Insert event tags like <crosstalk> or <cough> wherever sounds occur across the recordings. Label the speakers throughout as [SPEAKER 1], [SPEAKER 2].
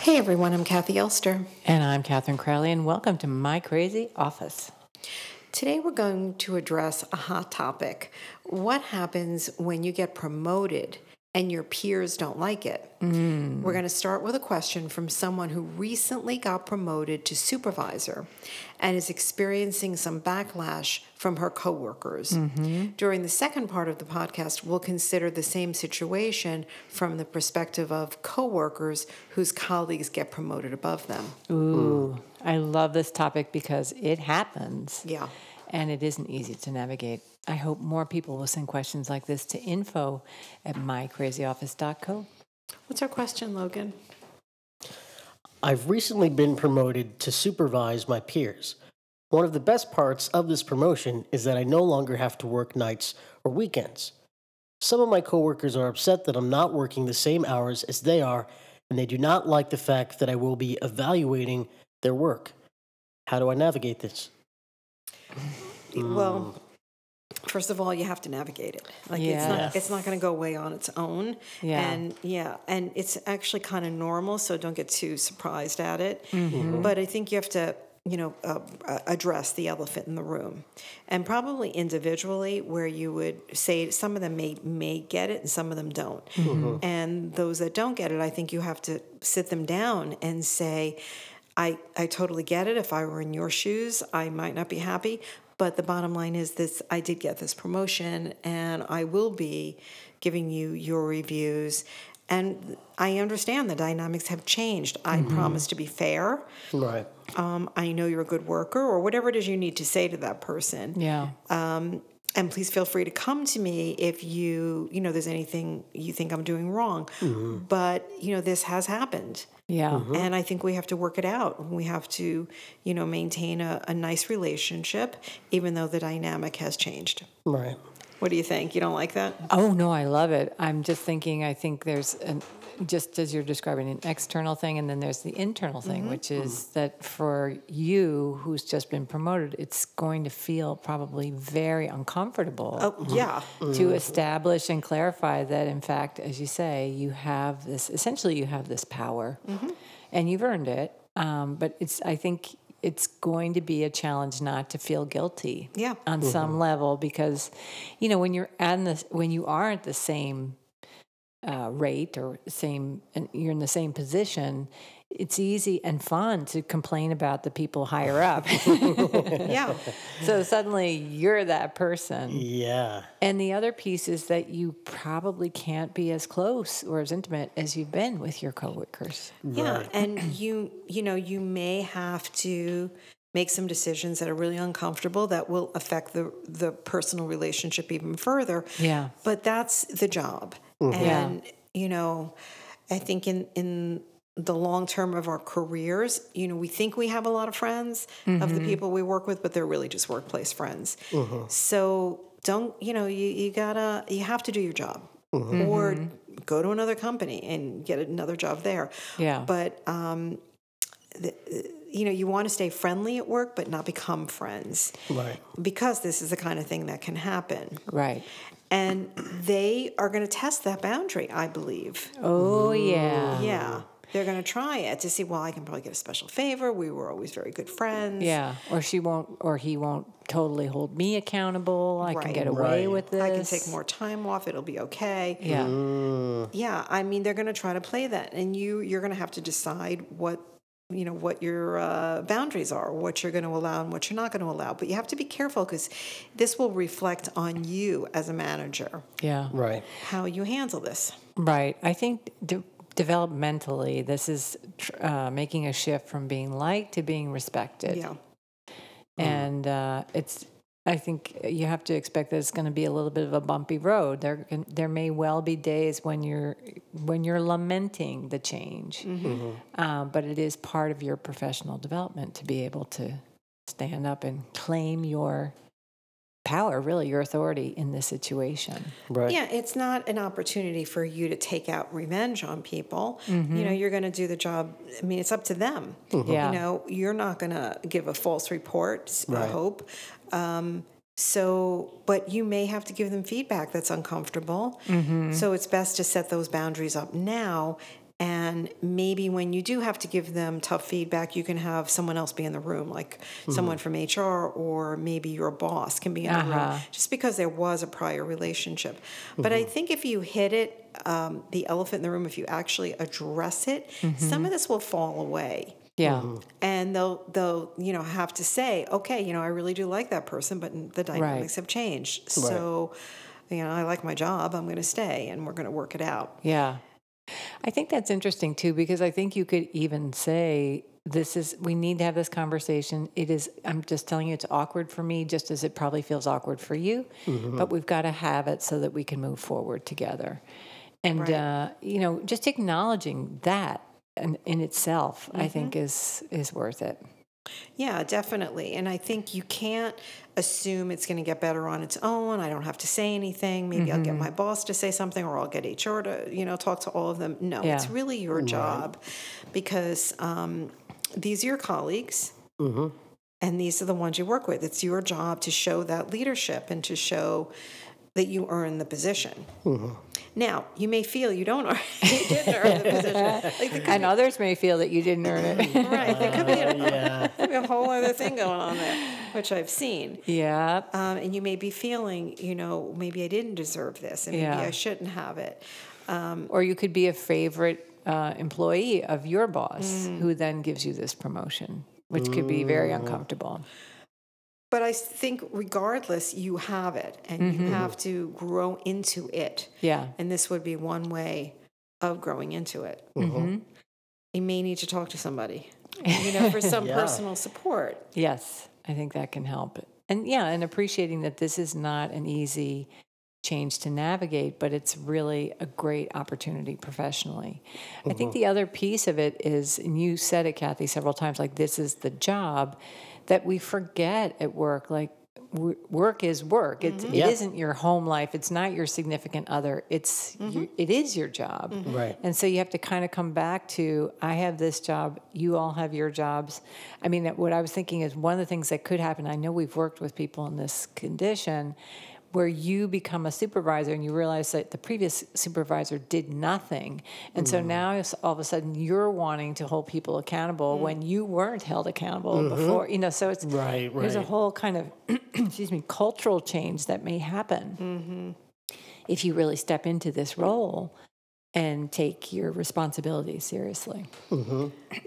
[SPEAKER 1] Hey everyone, I'm Kathy Elster.
[SPEAKER 2] And I'm Catherine Crowley, and welcome to My Crazy Office.
[SPEAKER 1] Today we're going to address a hot topic. What happens when you get promoted and your peers don't like it? We're going to start with a question from someone who recently got promoted to supervisor and is experiencing some backlash from her coworkers. During the second part of the podcast, we'll consider the same situation from the perspective of coworkers whose colleagues get promoted above them.
[SPEAKER 2] Ooh, I love this topic because it happens.
[SPEAKER 1] Yeah.
[SPEAKER 2] And it isn't easy to navigate. I hope more people will send questions like this to info at mycrazyoffice.co.
[SPEAKER 1] What's our question, Logan?
[SPEAKER 3] I've recently been promoted to supervise my peers. One of the best parts of this promotion is that I no longer have to work nights or weekends. Some of my coworkers are upset that I'm not working the same hours as they are, and they do not like the fact that I will be evaluating their work. How do I navigate this?
[SPEAKER 1] Well, first of all, you have to navigate it. Like it's
[SPEAKER 2] Mm. Yes.
[SPEAKER 1] not it's not going to go away on its own.
[SPEAKER 2] Yeah.
[SPEAKER 1] And yeah, and it's actually kind of normal, so don't get too surprised at it.
[SPEAKER 2] Mm-hmm.
[SPEAKER 1] But I think you have to you know uh, uh, address the elephant in the room and probably individually where you would say some of them may may get it and some of them don't
[SPEAKER 2] Mm-hmm.
[SPEAKER 1] and those that don't get it i think you have to sit them down and say I, I totally get it. If I were in your shoes, I might not be happy. But the bottom line is this I did get this promotion and I will be giving you your reviews. And I understand the dynamics have changed. I promise to be fair.
[SPEAKER 3] Right.
[SPEAKER 1] Um, I know you're a good worker or whatever it is you need to say to that person Um,
[SPEAKER 2] Yeah.
[SPEAKER 1] and please feel free to come to me if you you know there's anything you think i'm doing wrong but you know this has happened
[SPEAKER 2] Yeah.
[SPEAKER 1] and i think we have to work it out we have to you know maintain a, a nice relationship even though the dynamic has changed
[SPEAKER 3] Right.
[SPEAKER 1] what do you think you don't like that
[SPEAKER 2] Oh no, I love it. I'm just thinking. I think there's an, just as you're describing an external thing, and then there's the internal thing, which is that for you who's just been promoted, it's going to feel probably very uncomfortable
[SPEAKER 1] oh yeah
[SPEAKER 2] to establish and clarify that, in fact, as you say, you have this. Essentially, you have this power, and you've earned it. Um, but it's. I think it's going to be a challenge not to feel guilty
[SPEAKER 1] Yeah.
[SPEAKER 2] on some level because you know when you're at this when you are at the same uh, rate or same and you're in the same position it's easy and fun to complain about the people higher up <laughs>
[SPEAKER 1] yeah
[SPEAKER 2] so suddenly you're that person
[SPEAKER 3] Yeah.
[SPEAKER 2] and the other piece is that you probably can't be as close or as intimate as you've been with your coworkers
[SPEAKER 1] yeah and you you know you may have to make some decisions that are really uncomfortable that will affect the the personal relationship even further
[SPEAKER 2] yeah
[SPEAKER 1] but that's the job
[SPEAKER 2] Yeah.
[SPEAKER 1] and you know i think in in the long term of our careers you know we think we have a lot of friends of
[SPEAKER 2] Mm-hmm.
[SPEAKER 1] the people we work with but they're really just workplace friends so don't you know you, you gotta you have to do your job or go to another company and get another job there
[SPEAKER 2] Mm-hmm. Yeah.
[SPEAKER 1] but um the, you know you want to stay friendly at work but not become friends
[SPEAKER 3] Right.
[SPEAKER 1] because this is the kind of thing that can happen
[SPEAKER 2] right
[SPEAKER 1] and they are going to test that boundary, I believe.
[SPEAKER 2] oh yeah
[SPEAKER 1] Yeah. They're going to try it to see, well, I can probably get a special favor. We were always very good friends.
[SPEAKER 2] Yeah, or she won't, or he won't totally hold me accountable. I can
[SPEAKER 1] Right.
[SPEAKER 2] get away
[SPEAKER 3] Right.
[SPEAKER 2] with this.
[SPEAKER 1] I can take Mm-hmm. more time off. It'll be okay.
[SPEAKER 2] Yeah,
[SPEAKER 1] Yeah, I mean, they're going to try to play that, and you you're going to have to decide what you know what your uh, boundaries are, what you're going to allow and what you're not going to allow. But you have to be careful because this will reflect on you as a manager
[SPEAKER 2] yeah,
[SPEAKER 3] Right.
[SPEAKER 1] how you handle this.
[SPEAKER 2] right. I think de- developmentally, this is tr- uh, making a shift from being liked to being respected,
[SPEAKER 1] Yeah, Mm.
[SPEAKER 2] and uh, it's. I think you have to expect that it's going to be a little bit of a bumpy road. There, can, there may well be days when you're when you're
[SPEAKER 1] Mm-hmm.
[SPEAKER 2] Uh, lamenting the change, um, but it is part of your professional development to be able to stand up and claim your power, really your authority in this situation.
[SPEAKER 3] Right.
[SPEAKER 1] Yeah, it's not an opportunity for you to take out revenge on people. You know, you're going to do the job. I mean, it's up to them.
[SPEAKER 2] Yeah.
[SPEAKER 1] You know, you're not going to give a false report, I
[SPEAKER 3] Right.
[SPEAKER 1] hope. Um, so, but you may have to give them feedback that's uncomfortable.
[SPEAKER 2] Mm-hmm.
[SPEAKER 1] So, it's best to set those boundaries up now. And maybe when you do have to give them tough feedback, you can have someone else be in the room, like
[SPEAKER 2] Hmm.
[SPEAKER 1] someone from HR, or maybe your boss can be in the room
[SPEAKER 2] Uh-huh. Mm-hmm.
[SPEAKER 1] just because there was a prior relationship. But I think if you hit it, um, the elephant in the room, if you actually address it,
[SPEAKER 2] Mm-hmm.
[SPEAKER 1] some of this will fall away.
[SPEAKER 2] Yeah.
[SPEAKER 1] And they'll they'll you know have to say, okay, you know, I really do like that person, but the dynamics have changed. So, you know, I like my job. I'm going to stay, and we're going to work it out.
[SPEAKER 2] Yeah. I think that's interesting too, because I think you could even say, this is, we need to have this conversation. It is, I'm just telling you, it's awkward for me, just as it probably feels awkward for you, but we've got to have it so that we can move forward together. And, uh, you know, just acknowledging that in, in itself, I think is, is worth it.
[SPEAKER 1] Yeah, definitely. And I think you can't assume it's going to get better on its own. I don't have to say anything. Maybe I'll get my boss to say something or I'll get HR to, you know, talk to all of them. No, it's
[SPEAKER 2] Yeah.
[SPEAKER 1] really your job because um, these are your colleagues and these are the ones you work with. It's your job to show that leadership and to show that you earn the position. Now, you may feel you don't earn, <laughs> you didn't earn the position. Like, there could
[SPEAKER 2] And others may feel that you didn't earn it. <laughs>
[SPEAKER 1] be- right. There could be a-
[SPEAKER 3] Yeah.
[SPEAKER 1] could be a whole other thing going on there, which I've seen.
[SPEAKER 2] yeah.
[SPEAKER 1] Um, and you may be feeling, you know, maybe I didn't deserve this, and maybe
[SPEAKER 2] Yeah.
[SPEAKER 1] I shouldn't have it.
[SPEAKER 2] Or you could be a favorite uh, employee of your boss who then gives you this promotion, which could be very uncomfortable.
[SPEAKER 1] But I think, regardless, you have it, and you have to grow into it.
[SPEAKER 2] Yeah.
[SPEAKER 1] And this would be one way of growing into it.
[SPEAKER 2] Mhm.
[SPEAKER 1] You may need to talk to somebody, you know, for some
[SPEAKER 3] Yeah.
[SPEAKER 1] personal support.
[SPEAKER 2] Yes. I think that can help. And yeah, and appreciating that this is not an easy change to navigate, but it's really a great opportunity professionally. I think the other piece of it is, and you said it, Kathy, several times like, this is the job that we forget at work. Like, w- work is work. It's, it
[SPEAKER 3] Yeah.
[SPEAKER 2] isn't your home life. It's not your significant other. It's you, it is your job.
[SPEAKER 3] Right.
[SPEAKER 2] And so you have to kind of come back to I have this job, you all have your jobs. I mean, that- what I was thinking is one of the things that could happen. I know we've worked with people in this condition where you become a supervisor and you realize that the previous supervisor did nothing. And
[SPEAKER 3] Mm-hmm.
[SPEAKER 2] so now it's- all of a sudden you're wanting to hold people accountable when you weren't held accountable before. You know, so it's
[SPEAKER 3] Mm. Mm-hmm. Right,
[SPEAKER 2] there's a
[SPEAKER 3] right.
[SPEAKER 2] whole kind of <clears throat> excuse me, cultural change that may happen
[SPEAKER 3] Mm-hmm.
[SPEAKER 2] if you really step into this role and take your responsibility seriously.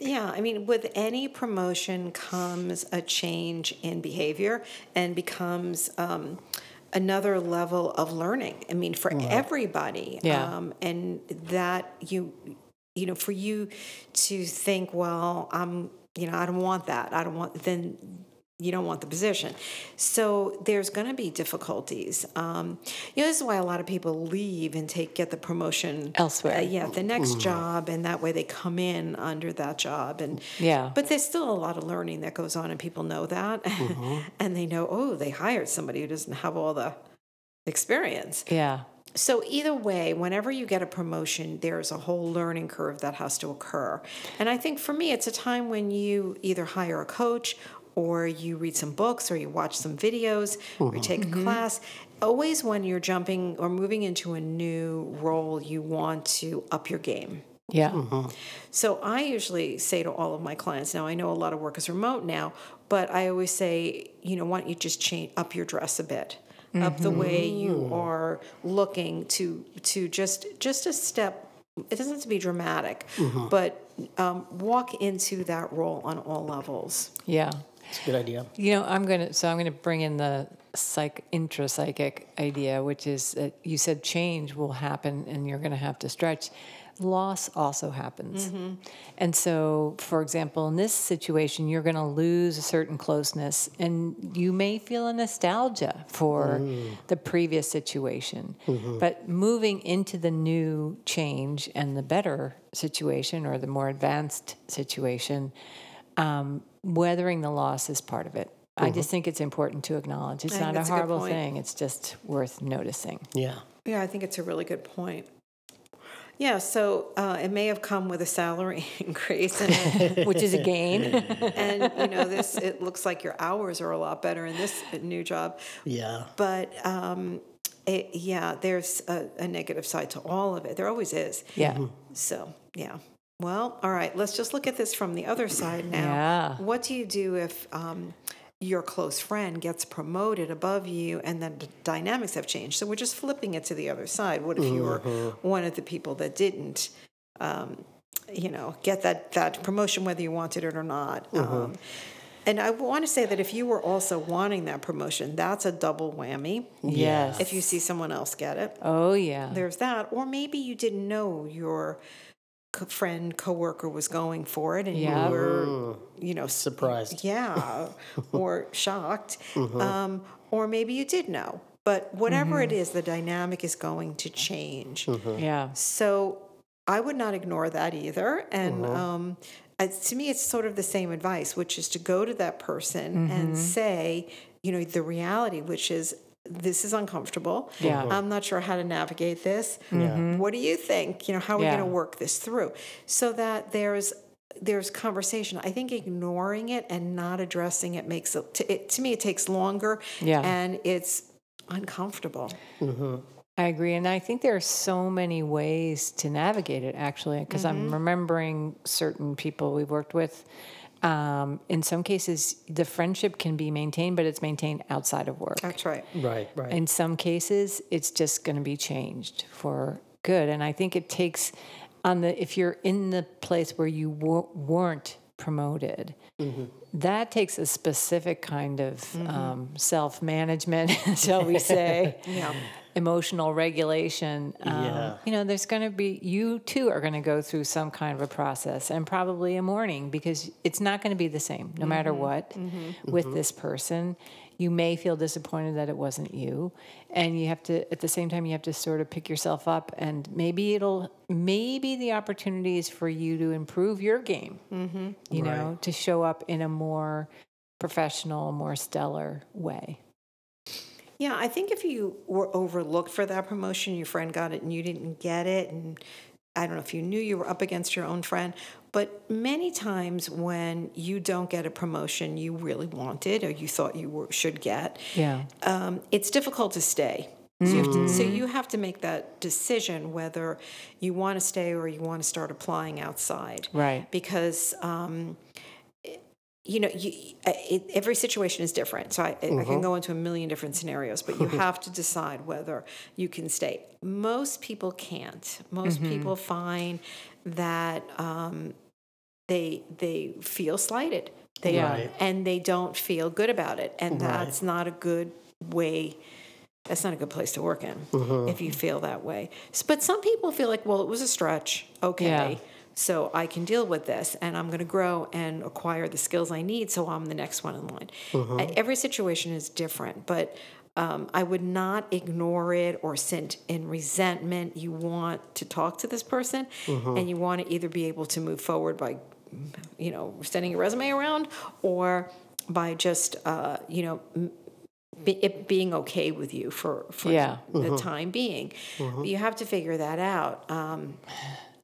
[SPEAKER 1] Yeah, I mean, with any promotion comes a change in behavior and becomes um, another level of learning. I mean, for everybody.
[SPEAKER 2] Yeah.
[SPEAKER 1] Um, and that you, you know, for you to think, well, I'm, you know, I don't want that. I don't want, then you don't want the position. So there's going to be difficulties. Um, you know, this is why a lot of people leave and take get the promotion
[SPEAKER 2] Elsewhere.
[SPEAKER 1] Uh, yeah, the next job, and that way they come in under that job. And
[SPEAKER 2] Yeah.
[SPEAKER 1] but there's still a lot of learning that goes on, and people know that, <laughs> and they know, oh, they hired somebody who doesn't have all the experience.
[SPEAKER 2] Yeah.
[SPEAKER 1] So either way, whenever you get a promotion, there's a whole learning curve that has to occur. And I think for me, it's a time when you either hire a coach or you read some books or you watch some videos or you take a class. Always when you're jumping or moving into a new role, you want to up your game.
[SPEAKER 2] Yeah.
[SPEAKER 1] So I usually say to all of my clients now, I know a lot of work is remote now, but I always say, you know, why don't you just change up your dress a bit, up the way you are looking to to just just a step. It doesn't have to be dramatic, but um, walk into that role on all levels.
[SPEAKER 2] Yeah.
[SPEAKER 3] It's a good idea.
[SPEAKER 2] You know, I'm going to, so I'm going to bring in the psych, intrapsychic idea, which is that you said change will happen and you're going to have to stretch. Loss also happens. And so, for example, in this situation, you're going to lose a certain closeness and you may feel a nostalgia for the previous situation. But moving into the new change and the better situation or the more advanced situation, um, weathering the loss is part of it. I just think it's important to acknowledge. It's
[SPEAKER 1] I think
[SPEAKER 2] not a
[SPEAKER 1] that's a good
[SPEAKER 2] horrible
[SPEAKER 1] point.
[SPEAKER 2] thing. It's just worth <laughs> noticing.
[SPEAKER 3] Yeah.
[SPEAKER 1] Yeah, I think it's a really good point. Yeah, so uh, it may have come with a salary <laughs> increase, and,
[SPEAKER 2] which is a gain.
[SPEAKER 1] and you know this. It looks like your hours are a lot better in this new job,
[SPEAKER 3] Yeah.
[SPEAKER 1] but um, it, yeah, there's a, a negative side to all of it. There always is.
[SPEAKER 2] <laughs> yeah.
[SPEAKER 1] So yeah. Well, all right. Let's just look at this from the other side now.
[SPEAKER 2] Yeah.
[SPEAKER 1] What do you do if um, your close friend gets promoted above you, and then the dynamics have changed? So we're just flipping it to the other side. What if you were
[SPEAKER 2] Mm-hmm.
[SPEAKER 1] one of the people that didn't, um, you know, get that that promotion whether you wanted it or not?
[SPEAKER 2] Mm-hmm.
[SPEAKER 1] Um, and I want to say that if you were also wanting that promotion, that's a double whammy.
[SPEAKER 2] Yes.
[SPEAKER 1] If you see someone else get it,
[SPEAKER 2] oh yeah.
[SPEAKER 1] there's that or maybe you didn't know your co- friend coworker was going for it and
[SPEAKER 2] Yeah.
[SPEAKER 1] you were you know s-
[SPEAKER 3] Surprised.
[SPEAKER 1] yeah or shocked um, or maybe you did know but whatever it
[SPEAKER 2] Mm-hmm.
[SPEAKER 1] is the dynamic is going to change
[SPEAKER 2] yeah.
[SPEAKER 1] so I would not ignore that either. And
[SPEAKER 2] Uh-huh.
[SPEAKER 1] um, it's, to me, it's sort of the same advice, which is to go to that person
[SPEAKER 2] Mm-hmm.
[SPEAKER 1] and say, you know, the reality, which is this is uncomfortable.
[SPEAKER 2] Yeah.
[SPEAKER 1] I'm not sure how to navigate this. What do you think? You know, how are
[SPEAKER 2] Yeah.
[SPEAKER 1] we going to work this through so that there's there's conversation. I think ignoring it and not addressing it makes it to, it, to me it takes longer
[SPEAKER 2] Yeah.
[SPEAKER 1] and it's uncomfortable.
[SPEAKER 2] I agree. And I think there are so many ways to navigate it, actually, because
[SPEAKER 1] Mm-hmm.
[SPEAKER 2] I'm remembering certain people we've worked with. Um, in some cases, the friendship can be maintained, but it's maintained outside of work.
[SPEAKER 1] That's right.
[SPEAKER 3] Right. Right.
[SPEAKER 2] In some cases, it's just going to be changed for good. And I think it takes on the if you're in the place where you w- weren't promoted, that takes a specific kind of um, self management, <laughs> shall we say? yeah. Emotional regulation. Um,
[SPEAKER 3] Yeah.
[SPEAKER 2] You know, there's going to be, you too are going to go through some kind of a process and probably a mourning because it's not going to be the same no matter what with this person. You may feel disappointed that it wasn't you. And you have to, at the same time, you have to sort of pick yourself up and maybe it'll, maybe the opportunity is for you to improve your game you know, to show up in a more professional, more stellar way.
[SPEAKER 1] Yeah, I think if you were overlooked for that promotion, your friend got it and you didn't get it, and I don't know if you knew you were up against your own friend, but many times when you don't get a promotion you really wanted or you thought you were, should get,
[SPEAKER 2] Yeah.
[SPEAKER 1] um, it's difficult to stay. So you, have to, so you have to make that decision whether you want to stay or you want to start applying outside
[SPEAKER 2] Right.
[SPEAKER 1] because um, you know you, uh, it, every situation is different so I, I can go into a million different scenarios but you have to decide whether you can stay most people can't most people find that um, they they feel slighted they
[SPEAKER 2] Yeah. Right.
[SPEAKER 1] and they don't feel good about it and that's not a good way that's not a good place to work in if you feel that way. S- But some people feel like, well, it was a stretch. Okay.
[SPEAKER 2] Yeah.
[SPEAKER 1] So I can deal with this and I'm going to grow and acquire the skills I need so I'm the next one in line. Uh, Every situation is different, but um, I would not ignore it or sit in resentment. You want to talk to this person and you want to either be able to move forward by, you know, sending your resume around or by just, uh, you know, be, it being okay with you for, for
[SPEAKER 2] Yeah.
[SPEAKER 1] the time being. You have to figure that out. Um,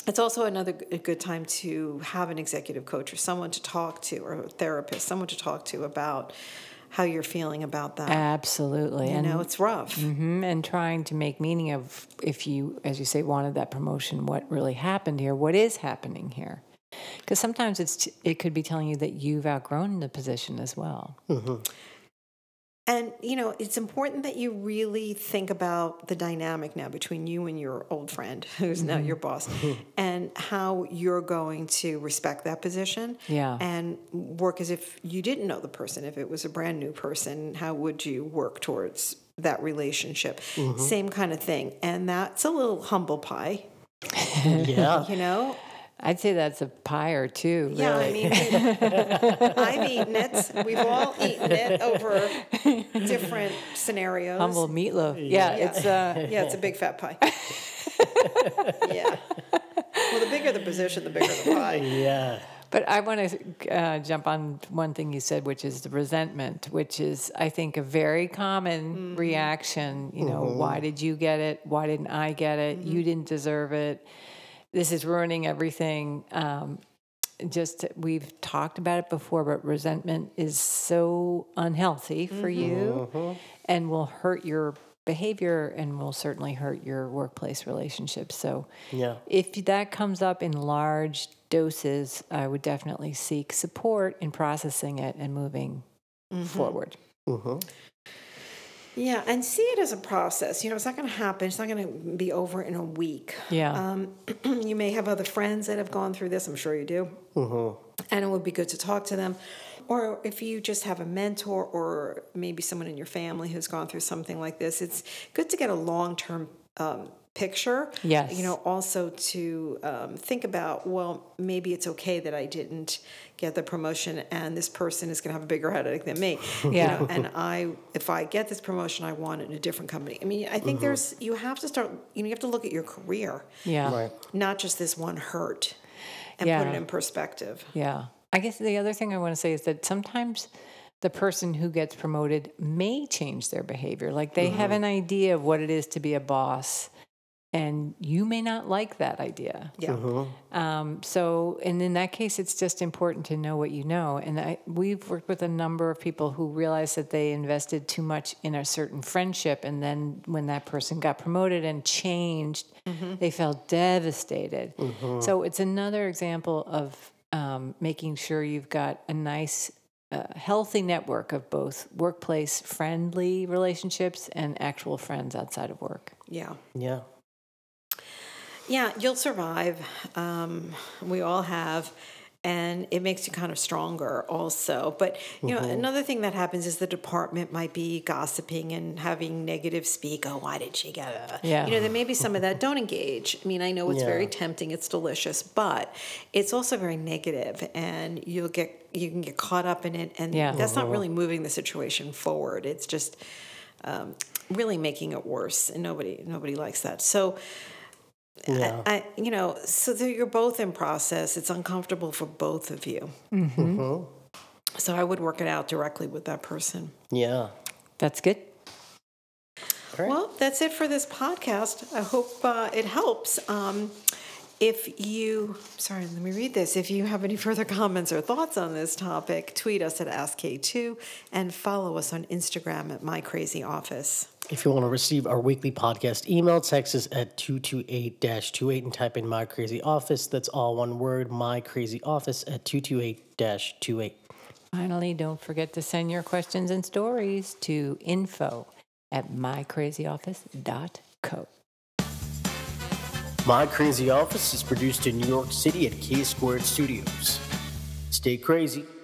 [SPEAKER 1] it's also another g- a good time to have an executive coach or someone to talk to, or a therapist, someone to talk to about how you're feeling about that.
[SPEAKER 2] Absolutely.
[SPEAKER 1] you
[SPEAKER 2] and
[SPEAKER 1] know, it's rough.
[SPEAKER 2] mhm, and trying to make meaning of if you as you say wanted that promotion, what really happened here? What is happening here? Cuz sometimes it's it could be telling you that you've outgrown the position as well.
[SPEAKER 1] And, you know, it's important that you really think about the dynamic now between you and your old friend, <laughs> who's
[SPEAKER 2] Mm-hmm.
[SPEAKER 1] now your boss, and how you're going to respect that position.
[SPEAKER 2] Yeah.
[SPEAKER 1] And work as if you didn't know the person. If it was a brand new person, how would you work towards that relationship?
[SPEAKER 2] Mm-hmm.
[SPEAKER 1] Same kind of thing. And that's a little humble pie, <laughs>
[SPEAKER 3] Yeah.
[SPEAKER 1] you know?
[SPEAKER 2] I'd say that's a pyre too.
[SPEAKER 1] Yeah,
[SPEAKER 2] really.
[SPEAKER 1] I mean, I've eaten it. We've all eaten it
[SPEAKER 2] <laughs>
[SPEAKER 1] over different scenarios.
[SPEAKER 2] humble meatloaf. Yeah,
[SPEAKER 1] Yeah.
[SPEAKER 2] it's uh
[SPEAKER 1] Yeah, it's a big fat
[SPEAKER 2] <laughs>
[SPEAKER 1] pie. yeah. Well, the bigger the position, the bigger the pie.
[SPEAKER 3] Yeah.
[SPEAKER 2] But I want to uh, jump on one thing you said, which is the resentment, which is, I think, a very common reaction. You know, why did you get it? Why didn't I get it? You didn't deserve it. This is ruining everything. Um, just we've talked about it before, but resentment is so unhealthy for you and will hurt your behavior and will certainly hurt your workplace relationships. So,
[SPEAKER 3] Yeah.
[SPEAKER 2] if that comes up in large doses, I would definitely seek support in processing it and moving forward.
[SPEAKER 1] Yeah, and see it as a process. You know, it's not going to happen. It's not going to be over in a week.
[SPEAKER 2] Yeah.
[SPEAKER 1] Um, <clears throat> you may have other friends that have gone through this. I'm sure you do.
[SPEAKER 2] Mm-hmm.
[SPEAKER 1] And it would be good to talk to them. Or if you just have a mentor or maybe someone in your family who's gone through something like this, it's good to get a long term um, picture.
[SPEAKER 2] Yes.
[SPEAKER 1] You know, also to um, think about, well, maybe it's okay that I didn't get the promotion and this person is going to have a bigger headache than me. you
[SPEAKER 2] <laughs> Yeah.
[SPEAKER 1] know, and I, if I get this promotion, I want it in a different company. I mean, I think
[SPEAKER 2] Mm-hmm.
[SPEAKER 1] there's, you have to start, you know, you have to look at your career,
[SPEAKER 2] Yeah.
[SPEAKER 4] Right.
[SPEAKER 1] not just this one hurt and put
[SPEAKER 2] Yeah.
[SPEAKER 1] it in perspective.
[SPEAKER 2] Yeah. I guess the other thing I want to say is that sometimes the person who gets promoted may change their behavior. Like they have an idea of what it is to be a boss, and you may not like that idea.
[SPEAKER 1] Yeah.
[SPEAKER 2] Um, so, and in that case, it's just important to know what you know. And I, we've worked with a number of people who realized that they invested too much in a certain friendship. And then when that person got promoted and changed, they felt devastated. So, it's another example of um, making sure you've got a nice, uh, healthy network of both workplace friendly relationships and actual friends outside of work.
[SPEAKER 1] Yeah.
[SPEAKER 3] Yeah.
[SPEAKER 1] Yeah, you'll survive. Um, we all have. And it makes you kind of stronger also. But, you know, another thing that happens is the department might be gossiping and having negative speak. Oh, why did she get it?
[SPEAKER 2] Yeah.
[SPEAKER 1] You know, there may be some of that. Don't engage. I mean, I know it's very
[SPEAKER 3] Yeah.
[SPEAKER 1] tempting, it's delicious, but it's also very negative and you'll get, you can get caught up in it. And
[SPEAKER 2] Yeah.
[SPEAKER 1] that's
[SPEAKER 3] Uh-huh.
[SPEAKER 1] not really moving the situation forward. It's just, um, really making it worse and nobody nobody likes that so
[SPEAKER 3] Yeah.
[SPEAKER 1] I, you know, so that you're both in process. It's uncomfortable for both of you.
[SPEAKER 3] Mm-hmm.
[SPEAKER 1] So I would work it out directly with that person.
[SPEAKER 3] Yeah.
[SPEAKER 2] That's good.
[SPEAKER 3] Right.
[SPEAKER 1] Well, that's it for this podcast. I hope uh, it helps. Um, if you, sorry, let me read this. If you have any <laughs> further comments or thoughts on this topic, tweet us at AskK2 and follow us on Instagram at My Crazy Office.
[SPEAKER 3] If you want to receive our weekly podcast email, text us at 228 28 and type in My Crazy Office. That's all one word, My Crazy Office at 228 28.
[SPEAKER 2] Finally, don't forget to send your questions and stories to info at mycrazyoffice.co.
[SPEAKER 3] My Crazy Office is produced in New York City at K Squared Studios. Stay crazy.